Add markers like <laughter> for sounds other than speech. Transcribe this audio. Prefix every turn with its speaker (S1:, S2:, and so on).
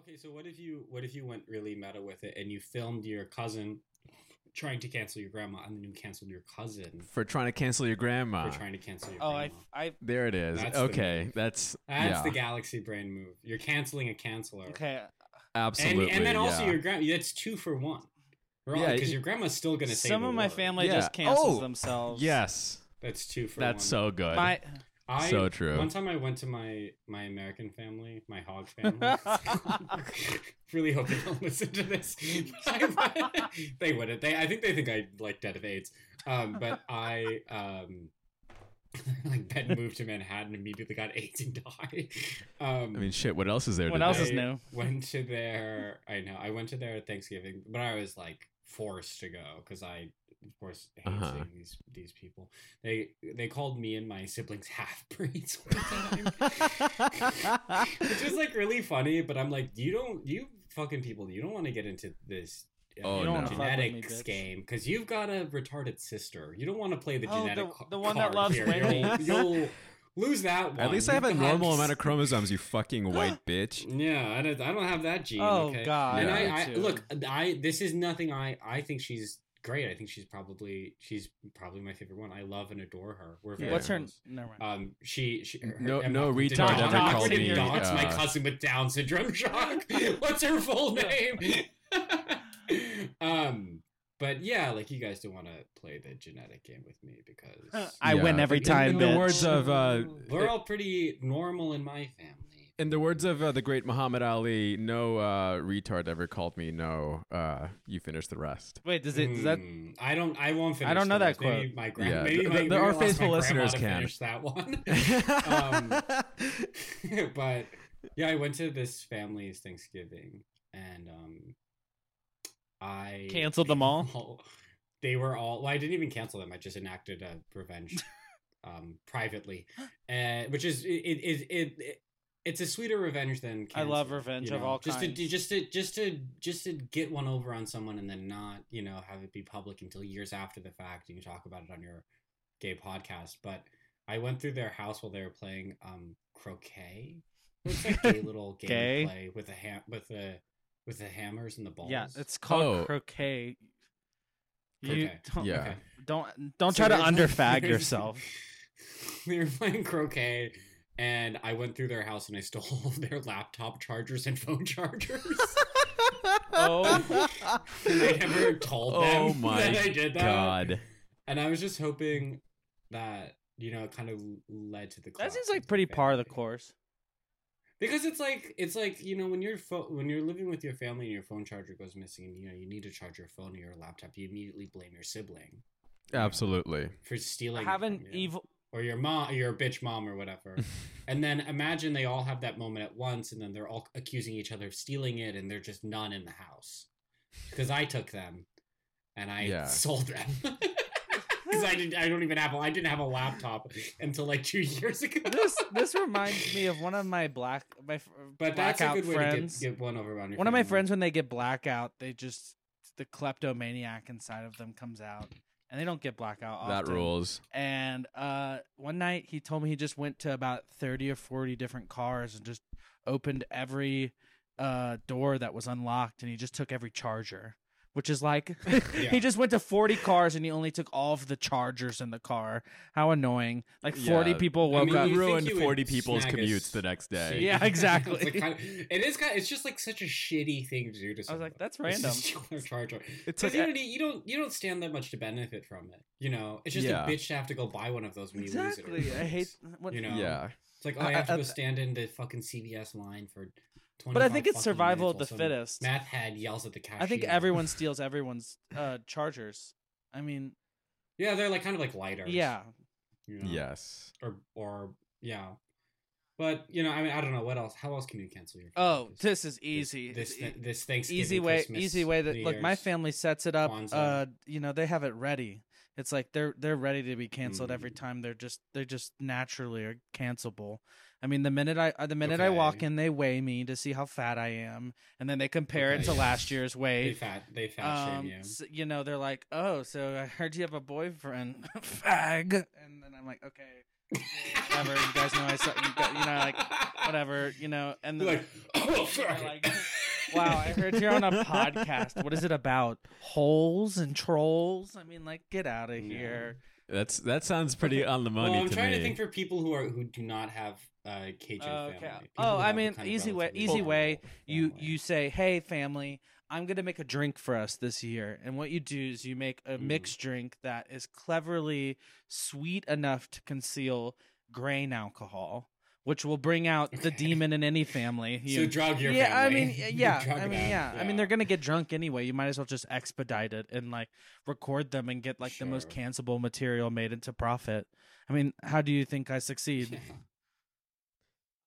S1: Okay, so what if you what if you went really meta with it and you filmed your cousin trying to cancel your grandma and then you canceled your cousin
S2: for trying to cancel your grandma.
S1: for trying to cancel your
S3: Oh,
S1: grandma?
S3: I, I,
S2: there it is.
S1: That's the
S2: okay, that's
S1: That's
S2: yeah,
S1: the galaxy brain move. You're canceling a canceler.
S3: okay.
S1: And,
S2: absolutely.
S1: and then also
S2: yeah.
S1: your grandma. That's two for one. Because
S2: Yeah, you-
S1: your grandma's still gonna say
S3: Some
S1: the
S3: of my
S1: word.
S3: family
S2: Yeah.
S3: just cancels
S2: Oh,
S3: themselves.
S2: yes,
S1: That's two for
S2: that's
S1: one.
S2: so good.
S3: My,
S1: I,
S2: so true.
S1: One time I went to my my American family, my
S2: <laughs>
S1: hog family. <laughs> really hope they don't listen to this. <laughs> they wouldn't. They I think they think I like dead of AIDS. Um, but I um <laughs> like then moved to Manhattan immediately got AIDS and died. Um
S2: I mean, shit. What else is there?
S3: What
S2: to
S3: else
S2: do?
S3: is
S1: I
S3: new?
S1: Went to their, I know, I went to their Thanksgiving, but I was like forced to go because I, of course, hate
S2: Uh-huh.
S1: seeing these these people. They they called me and my siblings <laughs> half breeds one time, which is like really funny. But I'm like, you don't, you fucking people, you don't want to get into this. uh,
S2: Oh, You don't wanna fuck
S3: with me,
S1: genetics
S3: bitch.
S1: game because you've got a retarded sister. You don't want to play the
S3: Oh,
S1: genetic
S3: the-
S1: ca-
S3: the one that
S1: card
S3: loves
S1: here.
S3: Wendy's.
S1: You'll, you'll lose that one.
S2: At least I have a
S1: You've got-
S2: normal amount of chromosomes.
S1: <gasps>
S2: You fucking white bitch.
S1: yeah, I don't, I don't have that gene.
S3: Oh,
S1: okay?
S3: God,
S1: And
S2: me
S1: I, I
S3: too.
S1: look, I this is nothing. I I think she's great. I think she's probably she's probably my favorite one. I love and adore her. We're very
S2: Yeah.
S3: What's her?
S1: close.
S3: Never mind.
S1: Um, she, she her,
S2: No-
S1: her- uh,
S2: no
S1: Dog-
S2: retard
S1: Dog-
S3: ever
S1: Dog-
S3: called me,
S1: Dog- It's my
S2: uh,
S1: cousin with Down
S3: <laughs>
S1: syndrome. Shock. What's her full name? <laughs> um, but yeah, like you guys don't want to play the genetic game with me because
S3: <laughs> I win
S2: Yeah.
S3: every
S2: In-
S3: time.
S2: in the
S3: bitch.
S2: words of, uh,
S1: we're all pretty normal in my family.
S2: In the words of uh, the great Muhammad Ali, no uh, retard ever called me. No, uh, you finish the rest. <laughs>
S3: Wait, does it? Does that?
S1: Mm, I don't. I won't finish.
S3: I don't know
S1: those.
S3: that
S1: Maybe
S3: quote.
S1: my grand.
S2: Yeah,
S1: Maybe
S2: th-
S1: my,
S2: th-
S1: maybe I
S2: our
S1: lost my
S2: faithful
S1: grandma
S2: listeners
S1: to
S2: can.
S1: finish that one.
S2: <laughs>
S1: Oh, Um, <laughs> but yeah, I went to this family's Thanksgiving, and um, I
S3: Canceled
S1: <laughs>
S3: them all?
S1: They were all. Well, I didn't even cancel them. I just enacted a
S3: <laughs>
S1: revenge, um, privately, uh, which is it, it, it, it it's a sweeter revenge than
S3: I love
S1: canceling,
S3: revenge
S1: you
S3: of
S1: know?
S3: all
S1: just
S3: kinds.
S1: to just to just to just to get one over on someone and then not you know have it be public until years after the fact and you talk about it on your gay podcast but i went through their house while they were playing um croquet it's
S3: <laughs>
S1: like a little game
S3: Gay.
S1: to play with a ham with the with the hammers and the balls
S3: Yeah, it's called
S2: Oh.
S3: croquet. You
S1: Croquet.
S3: don't,
S2: Yeah.
S3: don't don't
S1: So
S3: try to
S1: they're playing- <laughs>
S3: underfag yourself.
S1: they were playing croquet, and I went through their house and I stole <laughs> their laptop chargers and phone chargers.
S3: Oh.
S1: and I never told them <laughs>
S2: Oh my
S1: that I did that.
S2: God.
S1: And I was just hoping that you know, it kind of led to the.
S3: That
S1: collapse
S3: seems
S1: of
S3: like
S1: the
S3: pretty par of the
S1: family.
S3: course.
S1: because it's like it's like you know when your pho- when you're living with your family and your phone charger goes missing and you know you need to charge your phone or your laptop you immediately blame your sibling
S2: Absolutely.
S1: for stealing it
S3: Have an
S1: from you.
S3: evil.
S1: or your mom your bitch mom or
S3: <laughs>
S1: whatever and then imagine they all have that moment at once and then they're all accusing each other of stealing it and they're just none in the house because i took them and i <laughs>
S2: Yeah.
S1: sold
S3: <laughs>
S1: them because i didn't i don't even have a i didn't have a laptop until like two <laughs> years ago
S3: This this reminds me of one of my black my fr-
S1: but that's a
S3: blackout
S1: good way
S3: friends.
S1: to get, get one over on your
S3: one of my
S1: family.
S3: friends when they get blackout, they just the kleptomaniac inside of them comes out, and they don't get blackout.
S2: That
S3: often.
S2: rules.
S3: And uh, one night he told me he just went to about 30 or 40 different cars and just opened every uh, door that was unlocked and he just took every charger, which is like <laughs> he just went to 40 cars and he only took all of the chargers in the car. How annoying. Like 40
S2: Yeah.
S3: people woke
S1: I mean,
S3: up.
S1: you
S2: you
S1: think
S2: ruined
S1: you would
S2: 40 people's
S1: snag a
S2: commutes the next day.
S1: See? <laughs>
S3: Yeah, exactly.
S1: It's like kind of- it is kind of- it's just like such a shitty thing to do to
S3: I was
S1: someone.
S3: like, that's
S1: It's
S3: random.
S1: <laughs> just your charger. Because
S2: It's like,
S1: you, don't need- you don't you don't stand that much to benefit from it. You know, it's just
S2: Yeah.
S1: a bitch to have to go buy one of those when you lose it.
S3: Exactly.
S1: or
S3: I hate
S1: something.
S3: when,
S1: You know,
S2: e yeah.
S1: It's like oh, I have
S3: I-
S1: to
S3: I-
S1: go stand in the fucking CVS line for. 25
S3: but I think it's
S1: fucking
S3: survival of the
S1: minutes while some
S3: fittest.
S1: Math head yells at the cashier.
S3: I think everyone steals everyone's uh, chargers. I mean,
S1: <laughs> Yeah, they're like kind of like lighters.
S3: yeah.
S1: you know,
S2: Yes.
S1: Or or yeah, but you know, I mean, I don't know what else. How else can you cancel your?
S3: Oh,
S1: this,
S3: this is easy.
S1: This
S3: It's
S1: thi-
S3: e-
S1: this Thanksgiving,
S3: easy way,
S1: Christmas,
S3: easy way that
S1: New
S3: look. My
S1: Year's.
S3: family sets it up.
S1: Kwanzaa.
S3: Uh, you know, they have it ready. It's like they're they're ready to be canceled every
S1: Mm.
S3: time. They're just they're just naturally are cancelable. I mean, the minute I uh, the minute I walk
S1: Okay.
S3: in, they weigh me to see how fat I am, and then they compare it
S1: Okay.
S3: to
S1: <laughs>
S3: last year's
S1: They
S3: weight.
S1: fat they fat shame
S3: Um,
S1: you.
S3: s- you <laughs> know, they're like, "Oh, so I heard you have a boyfriend, fag," and then I'm like, "Okay, <laughs> Whatever. You guys know I suck. You, got- you
S1: <laughs>
S3: know, like whatever. You know, and then
S1: You're like, <laughs> oh,
S3: they're
S1: fuck.
S3: like, wow, I heard you're on a podcast. What is it about? Holes and trolls? I mean, like, get out of
S1: <laughs> No.
S3: here.
S2: That's that sounds pretty on the money
S1: Well, I'm
S2: to
S1: trying
S2: me.
S1: to think for people who are who do not have uh, Cajun
S3: Oh,
S1: family.
S3: okay.
S1: People
S3: Oh,
S1: who
S3: I
S1: have a
S3: mean,
S1: kind of
S3: easy way-
S1: relatively
S3: easy
S1: normal
S3: way, You
S1: family.
S3: you say, hey family, I'm gonna make a drink for us this year, and what you do is you make a
S1: Mm.
S3: mixed drink that is cleverly sweet enough to conceal grain alcohol, which will bring out the
S1: Okay.
S3: demon in any family.
S1: <laughs> so
S3: You-
S1: drug your
S3: yeah, I
S1: family. <laughs>
S3: mean,
S1: You
S3: yeah,
S1: drug
S3: I mean,
S1: them.
S3: yeah. I mean, they're gonna get drunk anyway. You might as well just expedite it and like record them and get like the most
S1: Sure.
S3: cancelable material made into profit. I mean, how do you think I
S1: Yeah.
S3: succeed?